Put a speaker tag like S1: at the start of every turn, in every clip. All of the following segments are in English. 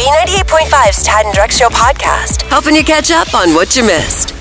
S1: B98.5's Tad and Drex Show podcast, helping you catch up on what you missed.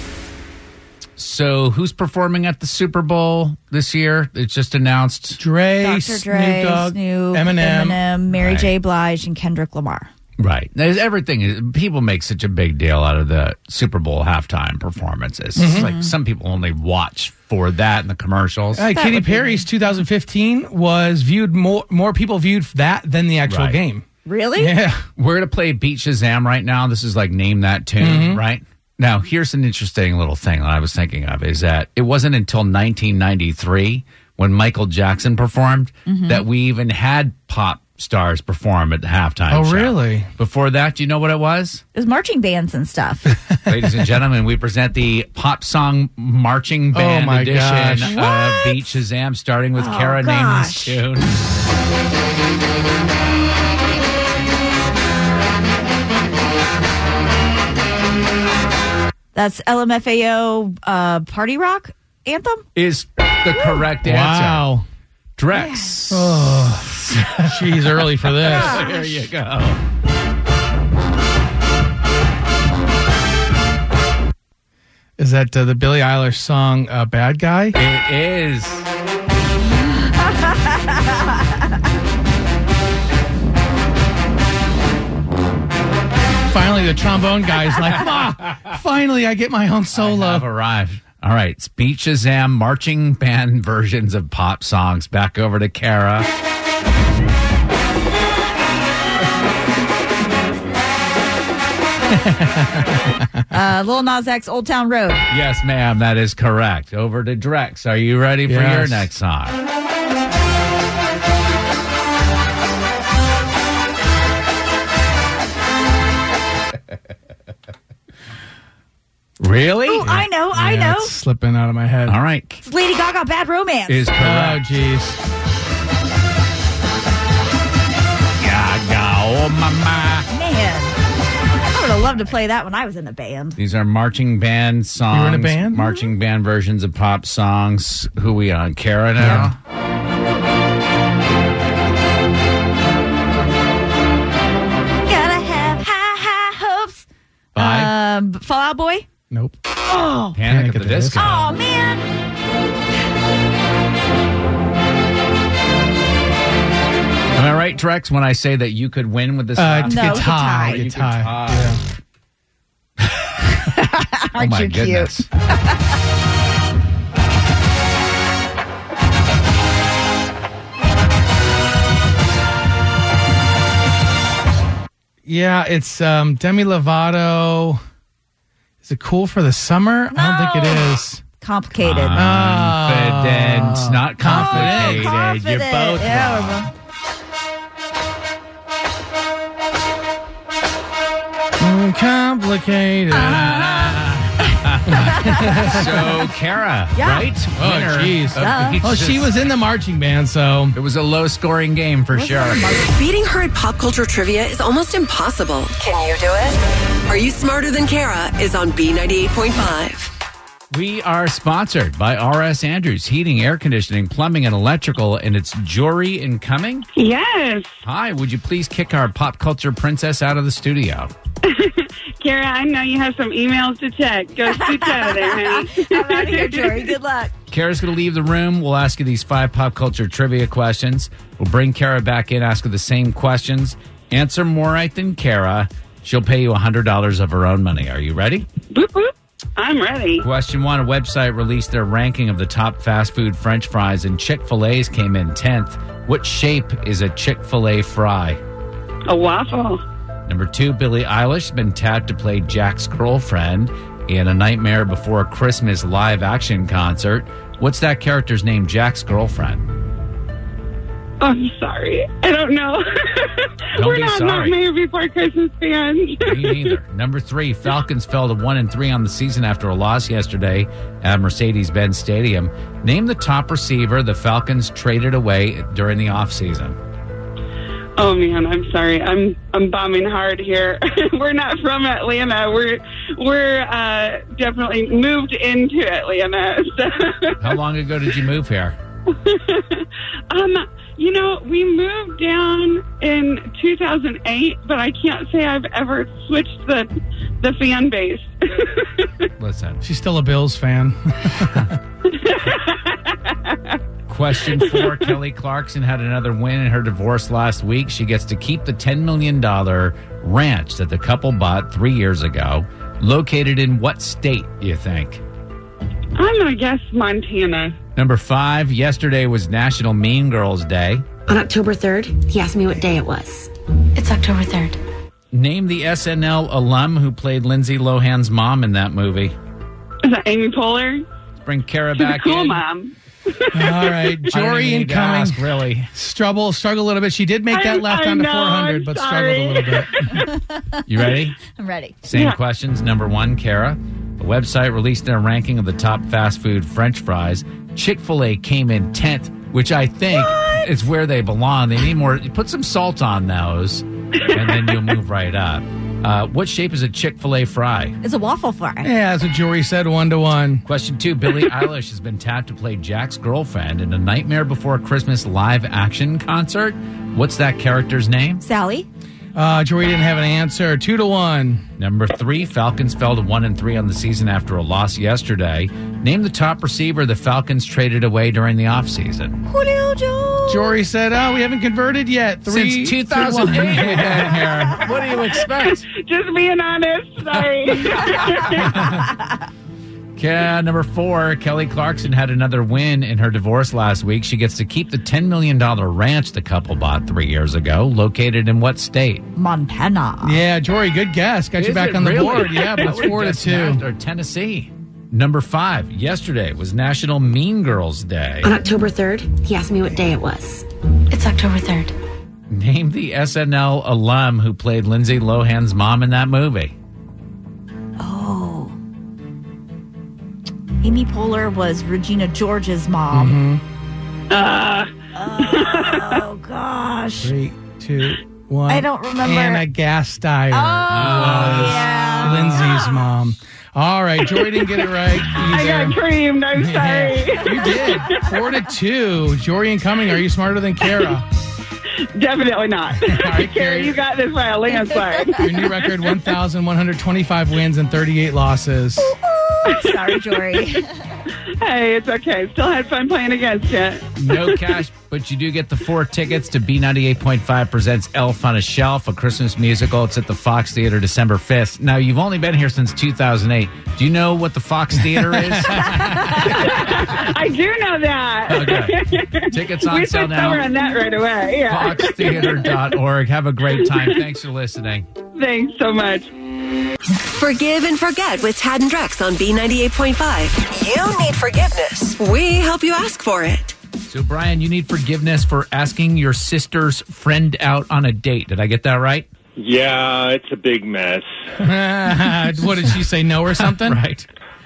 S2: So, who's performing at the Super Bowl this year? It's just announced.
S3: Dre,
S4: Dr. Dre,
S3: Snoop Dogg,
S4: Snoop,
S3: Eminem.
S4: Mary
S2: Right.
S4: J. Blige, and Kendrick Lamar.
S2: Right. There's everything. People make such a big deal out of the Super Bowl halftime performances.
S3: Mm-hmm.
S2: It's Like some people only watch for that and the commercials.
S3: Hey, Katy Perry's 2015 was viewed more more people viewed that than the actual
S2: Right.
S3: game.
S4: Really?
S3: Yeah,
S2: We're going to play Beat Shazam right now. This is like name that tune,
S3: Mm-hmm.
S2: right? Now, here's an interesting little thing that I was thinking of is that it wasn't until 1993 when Michael Jackson performed
S3: Mm-hmm.
S2: that we even had pop stars perform at the halftime.
S3: Oh,
S2: show.
S3: really?
S2: Before that, do you know what it was?
S4: It was marching bands and stuff.
S2: Ladies and gentlemen, we present the pop song marching band
S3: Oh, my
S2: edition
S3: gosh. Oh,
S2: of Beat Shazam, starting with Kara
S4: gosh.
S2: naming this tune.
S4: That's LMFAO uh, party rock anthem.
S2: Is the correct answer.
S3: wow.
S2: Drex.
S3: She's early for this.
S2: There you go.
S3: Is that uh, the Billie Eilish song uh, "Bad Guy"?
S2: It is.
S3: Finally, the trombone guy's like, "Ma, finally, I get my own
S2: I've
S3: solo."
S2: arrived. All right, Beat Shazam marching band versions of pop songs. Back over to Kara.
S4: Uh, Lil Nas X, Old Town Road.
S2: Yes, ma'am, that is correct. Over to Drex. Are you ready for your
S3: Yes.
S2: next song? really?
S4: Oh, I know, I
S3: Yeah,
S4: know.
S3: it's slipping out of my head.
S2: All right.
S4: It's Lady Gaga, Bad Romance.
S2: Is
S3: Oh,
S2: correct.
S3: jeez.
S2: Gaga, oh mama.
S4: Man, I would have loved to play that when I was in the band.
S2: These are marching band songs.
S3: were in a band?
S2: Marching band versions of pop songs. Who we on? Kara now?
S4: Gotta have high, high hopes.
S2: Bye.
S4: Um, Fall Out Boy.
S3: Nope.
S4: Oh,
S2: Panic, at the, Disco.
S4: oh man.
S2: Am I right, Drex, when I say that you could win with this?
S3: Uh,
S2: round?
S4: No, it's a tie.
S3: guitar,
S4: You
S2: could
S3: guitar.
S2: tie.
S3: Yeah.
S2: oh my goodness.
S3: Yeah, it's um, Demi Lovato. Is it cool for the summer? I don't think it
S4: No.
S3: is.
S4: Complicated.
S3: Ah.
S2: Confident, not
S4: Confident,
S2: complicated.
S4: confident.
S2: You're both
S4: Oh, Yeah,
S2: wrong.
S4: we're both-
S3: Mm, Complicated.
S2: So, Kara,
S4: Yeah.
S2: right?
S3: Oh,
S2: Winner
S3: jeez.
S2: of
S4: Duh.
S2: Beach
S3: oh, she
S2: Shazam.
S3: was in the marching band, so
S2: It was a low scoring game for sure.
S5: Beating her at pop culture trivia is almost impossible.
S1: Can you do it?
S5: Are You Smarter Than Kara is on B98.5.
S2: We are sponsored by RS Andrews Heating, Air Conditioning, Plumbing, and Electrical, and it's Jory Incoming.
S6: Yes.
S2: Hi, would you please kick our pop culture princess out of the studio?
S6: Kara, I know you have some emails to check. Go scoot out of there, honey.
S4: I'm out of here, Jory. Good luck.
S2: Kara's going to leave the room. We'll ask you these five pop culture trivia questions. We'll bring Kara back in, ask her the same questions. Answer more right than Kara. She'll pay you $100 of her own money. Are you ready?
S6: Boop, boop. I'm ready.
S2: Question one A website released their ranking of the top fast food french fries, and Chick fil A's came in 10th. What shape is a Chick fil A fry?
S6: A waffle.
S2: Number two, Billie Eilish has been tapped to play Jack's girlfriend in a Nightmare Before Christmas live action concert. What's that character's name, Jack's girlfriend?
S6: I'm sorry. I don't know.
S2: Don't
S6: We're
S2: be
S6: not
S2: sorry.
S6: Nightmare Before Christmas fans.
S2: Me neither. Number three, Falcons fell to one and three on the season after a loss yesterday at Mercedes-Benz Stadium. Name the top receiver the Falcons traded away during the offseason.
S6: oh man, I'm sorry. I'm I'm bombing hard here. we're not from Atlanta. We're we're uh, definitely moved into Atlanta. So.
S2: How long ago did you move here?
S6: um, You know, we moved down in 2008, but I can't say I've ever switched the the fan base.
S2: Listen,
S3: She's still a Bills fan.
S2: question four Kelly Clarkson had another win in her divorce last week. She gets to keep the $10 million ranch that the couple bought three years ago. Located in what state, you think?
S6: I'm gonna guess Montana.
S2: Number five, yesterday was National Mean Girls Day.
S7: On October 3rd, he asked me what day it was. It's October 3rd.
S2: Name the SNL alum who played Lindsay Lohan's mom in that movie.
S6: Is that Amy Poehler?
S2: Bring Kara
S6: She's a
S2: back
S6: cool
S2: in.
S6: mom.
S3: All right,
S2: I didn't
S3: Jory
S2: need to
S3: incoming.
S2: ask, really.
S3: Struggle, struggle a little bit. She did make that
S6: I-
S3: left
S6: I
S3: down to
S6: know,
S3: 400,
S6: I'm
S3: but
S6: sorry.
S3: struggled a little bit.
S2: You ready?
S4: I'm ready.
S2: Same
S6: Yeah.
S2: questions. Number one, Kara. The website released their ranking of the top fast food French fries. Chick fil A came in 10th, which I think is where they belong. They need more. Put some salt on those, and then you'll move right up. Uh, what shape is a Chick fil A fry?
S4: It's a waffle fry.
S3: Yeah, that's what Jory said, one to one.
S2: Question two Billie Eilish has been tapped to play Jack's girlfriend in a Nightmare Before Christmas live action concert. What's that character's name?
S4: Sally,
S3: Uh, Jory didn't have an answer. Two to one.
S2: Number three, Falcons fell to one and three on the season after a loss yesterday. Name the top receiver the Falcons traded away during the offseason.
S4: Julio Jones.
S3: Jory said, "Oh, we haven't converted yet." Three
S2: Since
S3: to one.
S2: 2008, we've been here. What do you expect?
S6: Just being honest. Sorry.
S2: Yeah, number four, Kelly Clarkson had another win in her divorce last week. She gets to keep the $10 million ranch the couple bought three years ago, located in what state?
S4: Montana.
S3: Yeah, Jory, good guess. Got you
S2: Is
S3: back
S2: it
S3: on the
S2: really?
S3: board. Yeah,
S2: I
S3: but
S6: Oh
S3: it's
S2: would've
S3: four to
S2: guessed
S3: two.
S2: Nat- Or Tennessee. Number five, yesterday was National Mean Girls Day.
S6: Uh-huh.
S7: On October 3rd, he asked me what day it was. It's October 3rd.
S2: Name the SNL alum who played Lindsay Lohan's mom in that movie.
S4: Oh. Amy Poehler was Regina George's mom. Uh. oh, gosh.
S3: Three, two, one.
S4: I don't remember.
S3: Anna Gasteyer.
S4: Oh, yeah.
S3: Lindsay's mom. All right, Jory didn't get it right
S6: I got
S3: either.
S6: creamed. I'm sorry.
S3: You did. Four to two. Jory and Cumming, are you smarter than Kara?
S6: Definitely not.
S3: right,
S6: Carrie,
S3: Carrie.
S6: you got this by a landslide.
S3: Your new record 1,125 wins and 38 losses.
S4: Sorry, Jory.
S6: hey, it's okay. Still had fun playing against it.
S2: No cash, but you do get the four tickets to B98.5 presents Elf on a Shelf, a Christmas musical. It's at the Fox Theater December 5th. Now, you've only been here since 2008. Do you know what the Fox Theater is?
S6: I do know that.
S2: okay. Tickets on
S6: we
S2: sale
S6: should
S2: now.
S6: cover on that right away. Yeah.
S2: Foxtheater.org. Have a great time. Thanks for listening.
S6: Thanks so much.
S1: Forgive and forget with Tad and Drex on B98.5. You need forgiveness. We help you ask for it.
S2: So, Brian, you need forgiveness for asking your sister's friend out on a date. Did I get that right?
S8: Yeah, it's a big mess.
S3: what did she say? No or something?
S2: Right.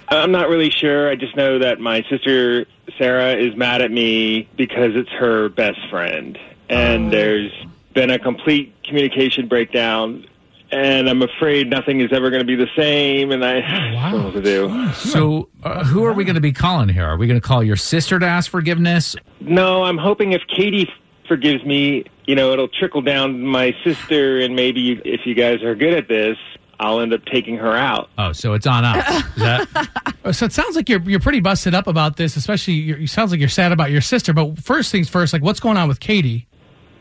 S8: I'm not really sure. I just know that my sister Sarah is mad at me because it's her best friend.
S3: Oh.
S8: And there's been a complete communication breakdown. And I'm afraid nothing is ever going to be the same. And I
S3: wow.
S8: don't know what to do.
S2: So, uh, who are we going to be calling here? Are we going to call your sister to ask forgiveness?
S8: No, I'm hoping if Katie forgives me, you know, it'll trickle down to my sister. And maybe if you guys are good at this, I'll end up taking her out.
S2: Oh, so it's on us. Is that-
S3: Uh, So it sounds like you're you're pretty busted up about this, especially you're, you sounds like you're sad about your sister. But first things first, like what's going on with Katie?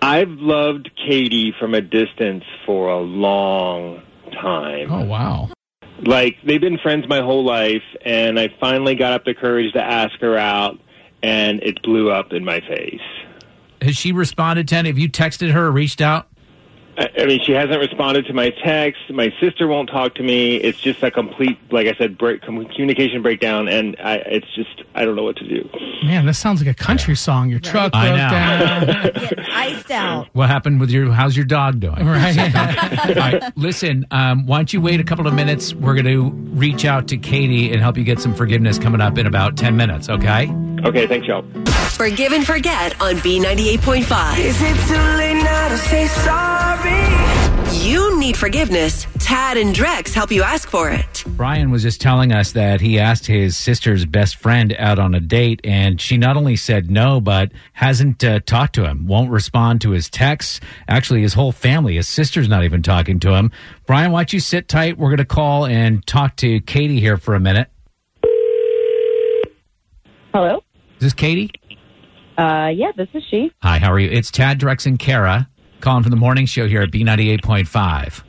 S8: I've loved Katie from a distance for a long time.
S3: Oh wow.
S8: like they've been friends my whole life and i finally got up the courage to ask her out and it blew up in my face
S2: has she responded to any? Have you texted her or reached out?
S8: i, I mean she hasn't responded to my text my sister won't talk to me it's just a complete like i said break com- communication breakdown and i it's just i don't know what to do
S3: Man, this sounds like a country song. Your truck
S2: I
S3: broke
S2: know.
S3: down.
S4: Getting iced out.
S2: What happened with your? How's your dog doing?
S3: Right.
S2: All right, listen, um, why don't you wait a couple of minutes? We're going to reach out to Katie and help you get some forgiveness coming up in about 10 minutes, okay?
S8: okay thanks y'all
S1: Forgive and forget on B98.5.
S5: Is it too late now to say sorry?
S1: You need
S5: forgiveness, Tad and Drex help you ask for it.
S2: Brian was just telling us that he asked his sister's best friend out on a date, and she not only said no, but hasn't uh, talked to him, won't respond to his texts. Actually, his whole family, his sister's not even talking to him. Brian, why don't you sit tight? We're going to call and talk to Katie here for a minute.
S9: Hello.
S2: Is this Katie?
S9: Uh, yeah, this is she.
S2: Hi, how are you? It's Tad, Drex, and Kara calling from the morning show here at B98.5.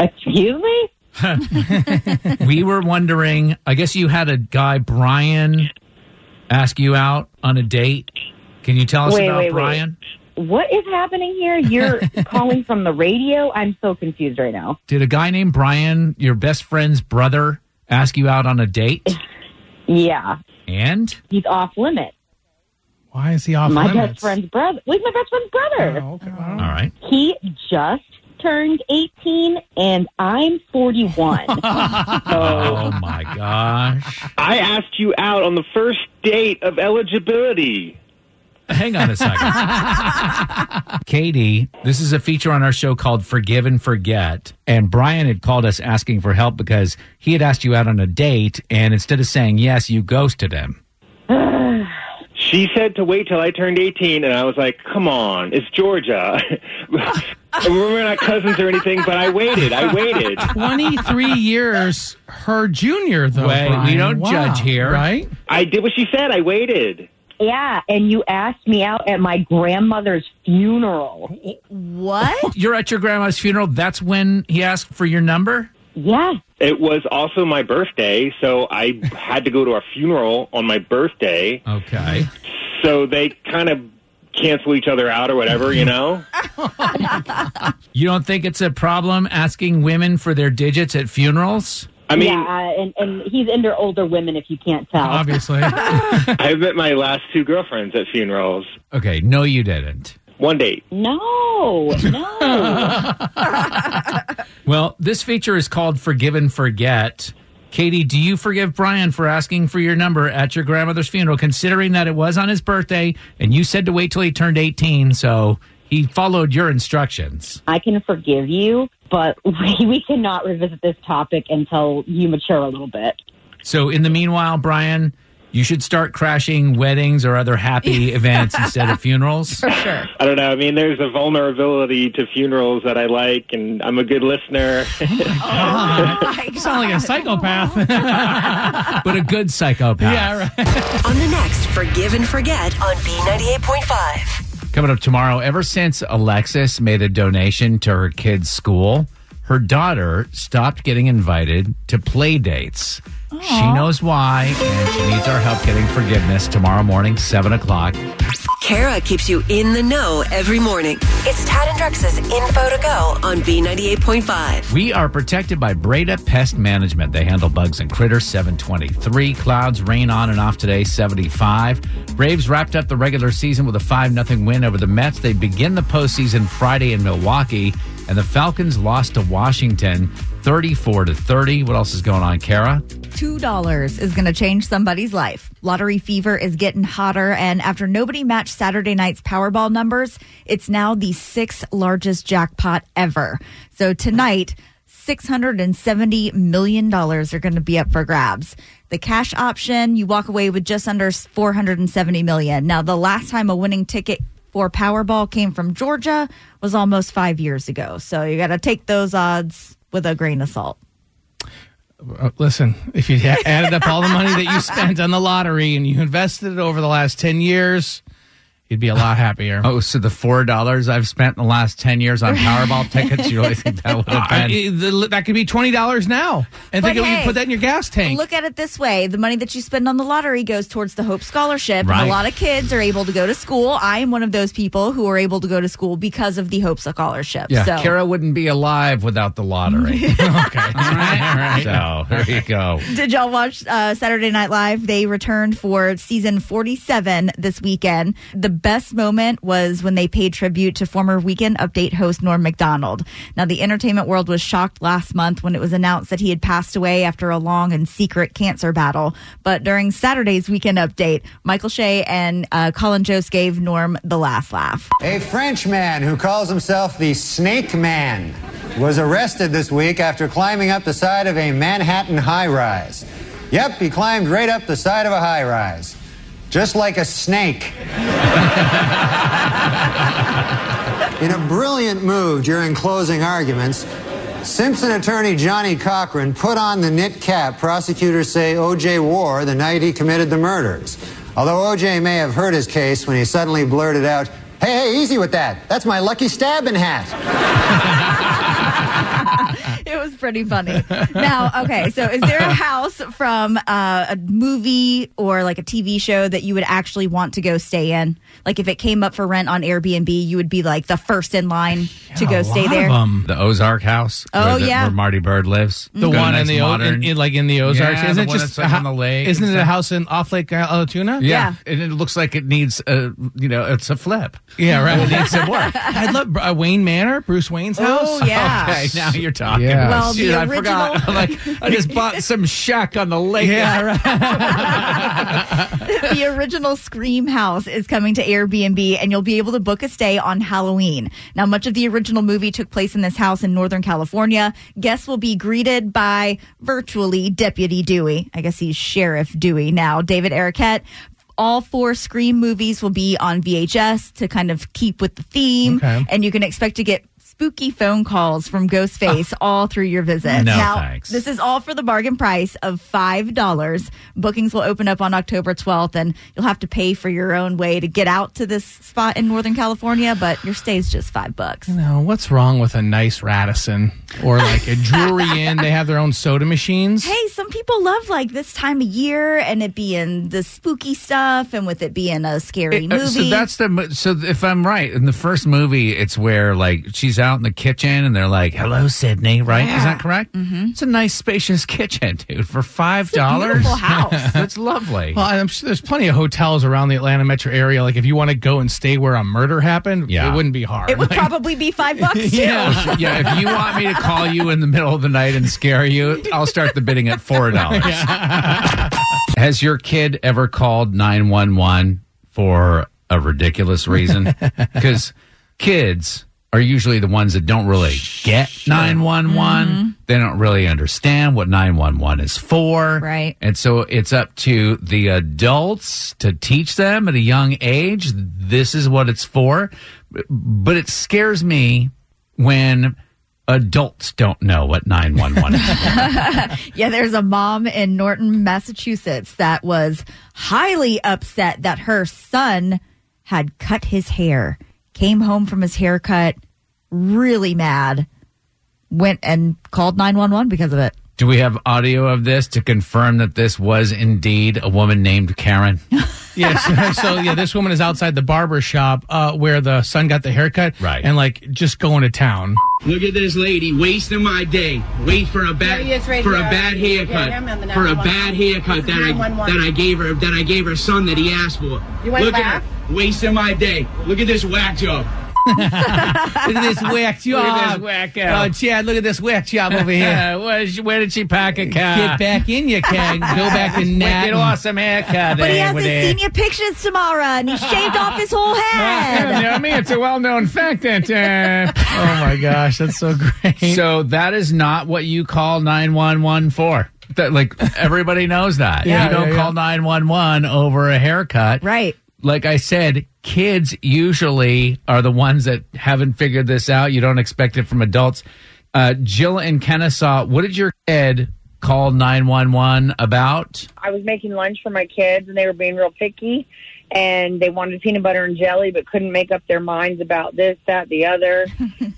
S9: Excuse me.
S2: we were wondering. I guess you had a guy Brian ask you out on a date. Can you tell us
S9: Wait,
S2: about
S9: wait, wait.
S2: Brian?
S9: What is happening here? You're calling from the radio. I'm so confused right now.
S2: Did a guy named Brian, your best friend's brother, ask you out on a date?
S9: Yeah,
S2: And
S9: he's off limit.
S3: Why is he
S2: Oh,
S3: off
S9: my
S3: limits?
S9: best friend's brother. Wait, my best friend's brother.
S3: Oh, okay. Well,
S2: all right,
S9: He just turned 18, and I'm 41.
S2: oh my gosh!
S8: I asked you out on the first date of eligibility.
S2: Hang on a second, Katie. This is a feature on our show called "Forgive and Forget." And Brian had called us asking for help because he had asked you out on a date, and instead of saying yes, you ghosted him.
S8: She said to wait till I turned 18, and I was like, come on, it's Georgia. We're not cousins or anything, but I waited. I waited.
S3: 23 years her junior, though.
S2: Wait, we
S3: Brian.
S2: don't
S3: Wow.
S2: judge here.
S3: Right?
S8: I did what she said. I waited.
S9: yeah, and you asked me out at my grandmother's funeral.
S4: What?
S2: You're at your grandma's funeral. That's when he asked for your number.
S9: Yes.
S8: It was also my birthday, so I had to go to a funeral on my birthday.
S2: Okay.
S8: So they kind of cancel each other out or whatever, you know?
S2: You don't think it's a problem asking women for their digits at funerals?
S8: I mean,
S9: yeah, and, and he's into older women if you can't tell.
S3: Obviously.
S8: I met my last two girlfriends at funerals.
S2: Okay, no, you didn't.
S8: One date.
S9: No, no.
S2: Well, this feature is called Forgive and Forget. Katie, do you forgive Brian for asking for your number at your grandmother's funeral, considering that it was on his birthday and you said to wait till he turned 18? So he followed your instructions.
S9: I can forgive you, but we, we cannot revisit this topic until you mature a little bit.
S2: So in the meanwhile, Brian, you should start crashing weddings or other happy events instead of funerals.
S4: Sure.
S8: I don't know. I mean, there's a vulnerability to funerals that I like, and I'm a good listener.
S3: you sound like a psychopath.
S2: But a good psychopath.
S3: yeah, right.
S5: On the next Forgive and Forget on B98.5.
S2: Coming up tomorrow, ever since Alexis made a donation to her kid's school, her daughter stopped getting invited to play dates. She knows why, and she needs our help getting forgiveness tomorrow morning, 7 o'clock.
S5: Kara keeps you in the know every morning. It's Tad and Drex's Info to Go on B98.5.
S2: We are protected by Breda Pest Management. They handle bugs and critters, 723. Clouds, rain on and off today, 75. Braves wrapped up the regular season with a 5 0 win over the Mets. They begin the postseason Friday in Milwaukee, and the Falcons lost to Washington 34 to 30. What else is going on, Kara?
S4: $2 is going to change somebody's life. Lottery fever is getting hotter, and after nobody matched Saturday night's Powerball numbers, it's now the sixth largest jackpot ever. So tonight, $670 million are going to be up for grabs. The cash option, you walk away with just under $470 million. Now, the last time a winning ticket for Powerball came from Georgia was almost five years ago. So you got to take those odds with a grain of salt.
S3: Uh, Listen, if you ha- added up all the money that you spent on the lottery and you invested it over the last 10 years, you'd be a lot happier.
S2: Oh, so the $4 I've spent in the last 10 years on Powerball tickets, you really think that would
S3: I-
S2: have been?
S3: I- uh, the- that could be $20 now. And
S4: But
S3: think of you
S4: hey,
S3: put that in your gas tank.
S4: Look at it this way: the money that you spend on the lottery goes towards the Hope Scholarship,
S2: Right.
S4: and a lot of kids are able to go to school. I am one of those people who are able to go to school because of the Hope Scholarship.
S2: Yeah,
S4: so
S2: Kara wouldn't be alive without the lottery.
S3: okay. All right.
S2: So there you go.
S4: Did y'all watch uh, Saturday Night Live? They returned for season 47 this weekend. The best moment was when they paid tribute to former Weekend Update host Norm MacDonald. Now, the entertainment world was shocked last month when it was announced that he had passed away after a long and secret cancer battle. But during Saturday's Weekend Update, Michael Shea and uh, Colin Jost gave Norm the last laugh.
S10: A Frenchman who calls himself the Snake Man was arrested this week after climbing up the side of a Manhattan high rise. Yep, he climbed right up the side of a high rise. Just like a snake. In a brilliant move during closing arguments, Simpson attorney Johnny Cochran put on the knit cap prosecutors say O.J. wore the night he committed the murders. Although O.J. may have hurt his case when he suddenly blurted out, Hey, hey, easy with that. That's my lucky stabbing hat.
S4: it was pretty funny. Now, okay, so is there a house from uh, a movie or like a TV show that you would actually want to go stay in? Like if it came up for rent on Airbnb, you would be like the first in line to go stay there.
S2: um, The Ozark House.
S4: Oh,
S2: where the-
S4: yeah.
S2: Where Marty Bird lives.
S3: The one in the O- in, in, like in the Ozarks,
S2: Yeah,
S3: isn't
S2: the
S3: it
S2: one
S3: just
S2: that's, like,
S3: a
S2: on the lake
S3: Isn't
S2: and
S3: it a
S2: stuff.
S3: house in off Lake uh, Alatoona?
S2: Yeah. and it looks like it needs a you know it's a flip.
S3: yeah, right.
S2: It needs some work.
S3: I'd love uh, Wayne Manor, Bruce Wayne's house.
S4: Oh, yeah.
S2: Okay, now you're talking.
S3: Yeah.
S4: Well, the
S2: Dude, I forgot.
S4: original-
S2: I'm like, I just bought some shack on the lake.
S3: Yeah, right.
S4: the original Scream House is coming to Airbnb, and you'll be able to book a stay on Halloween. Now, much of the original movie took place in this house in Northern California. Guests will be greeted by virtually Deputy Dewey. I guess he's Sheriff Dewey now, David Arquette. All four Scream movies will be on VHS to kind of keep with the theme,
S3: Okay.
S4: and you can expect to get spooky phone calls from Ghostface all through your visit.
S2: No,
S4: now,
S2: thanks.
S4: this is all for the bargain price of $5. Bookings will open up on October 12th, and you'll have to pay for your own way to get out to this spot in Northern California, but your stay's just five bucks.
S3: No, what's wrong with a nice Radisson or like a Drury Inn? They have their own soda machines.
S4: Hey, some people love like this time of year and it being the spooky stuff and with it being a scary
S2: Uh,
S4: movie.
S2: So that's the mo- so if I'm right in the first movie, it's where like she's out in the kitchen and they're like, "Hello, Sydney," right? Is that correct? Mm-hmm. It's a nice, spacious kitchen, dude, for five dollars.
S4: beautiful house.
S2: That's lovely.
S3: Well, I'm sure there's plenty of hotels around the Atlanta metro area. Like, if you want to go and stay where a murder happened,
S2: Yeah.
S3: it wouldn't be hard.
S4: it would
S3: Like,
S4: probably be five bucks too.
S3: Yeah.
S2: yeah, if you want me to call you in the middle of the night and scare you, I'll start the bidding at four dollars. Has your kid ever called nine one one for a ridiculous reason? Because kids are usually the ones that don't really get nine one one. They don't really understand what nine one one is for.
S4: Right.
S2: And so it's up to the adults to teach them at a young age this is what it's for. But it scares me when adults don't know what 911 is.
S4: Yeah, there's a mom in Norton, Massachusetts that was highly upset that her son had cut his hair. Came home from his haircut really mad, went and called 911 because of it.
S2: Do we have audio of this to confirm that this was indeed a woman named Karen?
S3: yeah, so, so, yeah, this woman is outside the barber shop uh, where the son got the haircut,
S2: Right.
S3: And like just going to town.
S11: Look at this lady wasting my day. Wait for a bad for a bad haircut. for a bad haircut that I that I gave her that I gave her son that he asked for. Look at her wasting my day. Look at this whack job.
S3: Look at this whack job.
S2: whack
S3: Oh, Chad, look at this whack job over here.
S2: where did she pack a car?
S3: Get back in, you can. Go back and
S2: Wicked
S3: nap.
S2: awesome haircut.
S4: But he
S2: eh,
S4: hasn't
S2: with
S4: seen your pictures, Tamara, and he shaved off his whole head.
S2: I mean, it's a well-known fact that. Uh,
S3: Oh my gosh, that's so great.
S2: so that is not what you call nine one one for. That like everybody knows that.
S3: Yeah,
S2: you don't
S3: yeah,
S2: call nine one one over a haircut.
S4: Right.
S2: Like I said, kids usually are the ones that haven't figured this out. You don't expect it from adults. Uh, Jill in Kennesaw, what did your kid call nine one one about?
S12: I was making lunch for my kids, and they were being real picky, and they wanted peanut butter and jelly, but couldn't make up their minds about this, that, the other.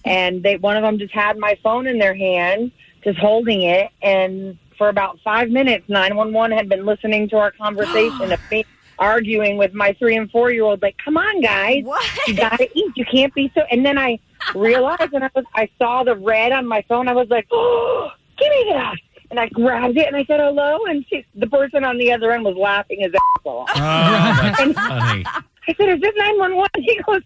S12: and they, one of them just had my phone in their hand, just holding it, and for about five minutes, nine one one had been listening to our conversation of me arguing with my three and four year old, like, "Come on, guys, you
S4: What?
S12: gotta eat. You can't be so." And then I realized, and I was, I saw the red on my phone. I was like, "Oh, give me that!" And I grabbed it and I said, "Hello!" And she, the person on the other end was laughing his ass off.
S2: Oh, that's funny.
S12: I said, is this 911? He goes,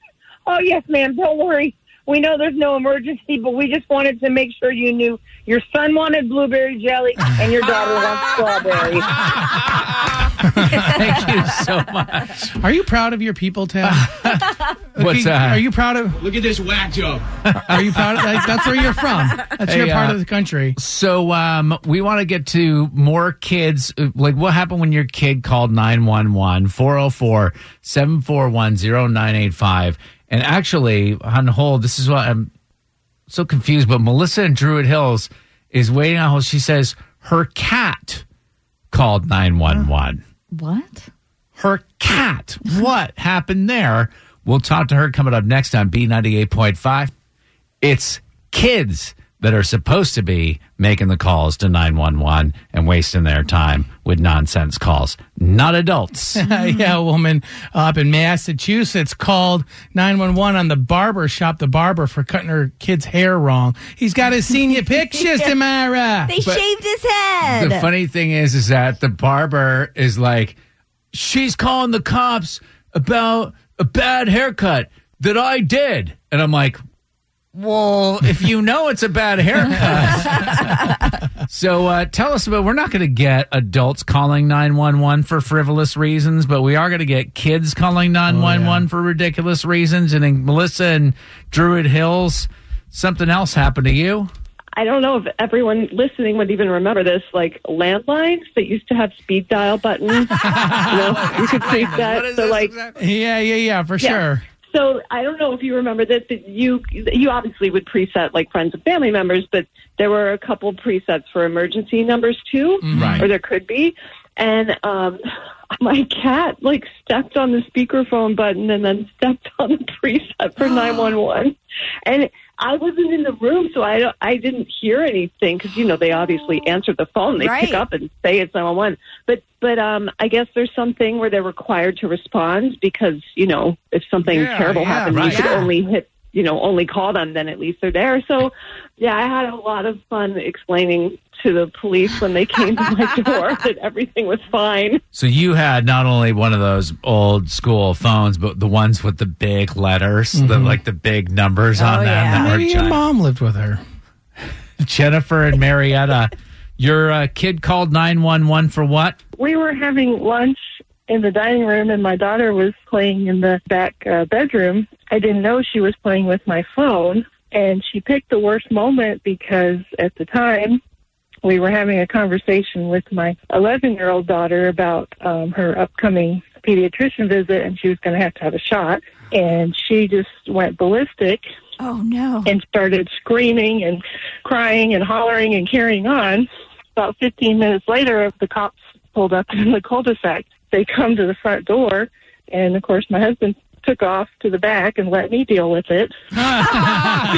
S12: oh, yes, ma'am. Don't worry. We know there's no emergency, but we just wanted to make sure you knew your son wanted blueberry jelly and your daughter wants strawberry.
S3: Thank you so much. Are you proud of your people, Ted? Like, you-
S2: that?
S3: Are you proud of?
S11: Look at this whack job.
S3: Are you proud of? Like, that's where you're from. That's your
S2: Hey,
S3: part
S2: uh,
S3: of the country.
S2: So um, we want to get to more kids. Uh, Like what happened when your kid called 911 404 741 0985? And actually, on hold, this is what I'm so confused, but Melissa in Druid Hills is waiting on hold. She says her cat called 911.
S4: What?
S2: Her cat. What happened there? We'll talk to her coming up next on B98.5. It's kids that are supposed to be making the calls to 911 and wasting their time with nonsense calls, not adults.
S3: yeah, a woman up in Massachusetts called 911 on the barber shop, the barber, for cutting her kid's hair wrong. He's got his senior pictures, Tamara.
S4: They shaved his head.
S2: The funny thing is, is that the barber is like, she's calling the cops about a bad haircut that I did, and I'm like, well, if you know it's a bad haircut, so uh, tell us about. We're not going to get adults calling nine one one for frivolous reasons, but we are going to get kids calling nine one one for ridiculous reasons. And then Melissa and Druid Hills, something else happened to you.
S13: I don't know if everyone listening would even remember this, like landlines that used to have speed dial buttons. you know, you could save that. So like,
S3: Yeah, yeah, yeah, for
S13: Yeah.
S3: sure.
S13: so I don't know if you remember that, that you you obviously would preset like friends and family members, but there were a couple presets for emergency numbers too,
S3: Mm-hmm.
S14: Right.
S13: or there could be. And um, my cat like stepped on the speakerphone button and then stepped on the preset for nine one one, and I wasn't in the room, so I don't, I didn't hear anything because you know they obviously answered the phone, they
S14: Right.
S13: pick up and say it's nine one one. But but um, I guess there's something where they're required to respond because you know if something
S14: Yeah,
S13: terrible
S14: yeah,
S13: happens,
S14: right.
S13: you should
S14: Yeah.
S13: only hit you know only call them. Then at least they're there. So yeah, I had a lot of fun explaining to the police when they came to my door that everything was fine.
S2: So you had not only one of those old school phones, but the ones with the big letters, the like the big numbers on them that were
S3: Oh, Maybe your
S2: giant.
S3: mom lived with her.
S2: Jennifer and Marietta, your uh, kid called nine one one for what?
S14: We were having lunch in the dining room, and my daughter was playing in the back uh, bedroom. I didn't know she was playing with my phone, and she picked the worst moment because at the time we were having a conversation with my 11 year old daughter about um, her upcoming pediatrician visit, and she was going to have to have a shot. And she just went ballistic.
S4: Oh, no.
S14: And started screaming and crying and hollering and carrying on. About 15 minutes later, the cops pulled up in the cul-de-sac. They come to the front door, and of course, my husband took off to the back and let me deal with it.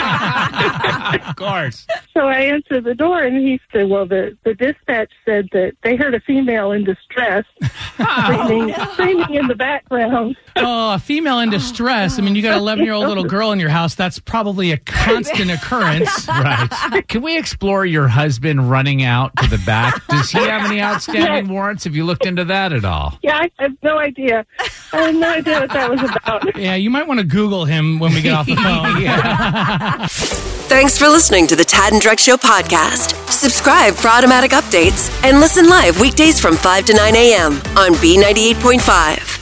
S2: Of course.
S14: So I answered the door, and he said, "Well, the the dispatch said that they heard a female in distress screaming, screaming in the background."
S3: Oh, a female in distress. I mean, you got an 11 year old little girl in your house. That's probably a constant occurrence.
S2: Right. Can we explore your husband running out to the back? Does he have any outstanding warrants? Have you looked into that at all?
S14: Yeah, I have no idea. I have no idea what that was about.
S3: Yeah, you might want to Google him when we get off the phone.
S1: Thanks for listening to the Tad and Drex Show podcast. Subscribe for automatic updates and listen live weekdays from 5 to 9 a.m. on B98.5.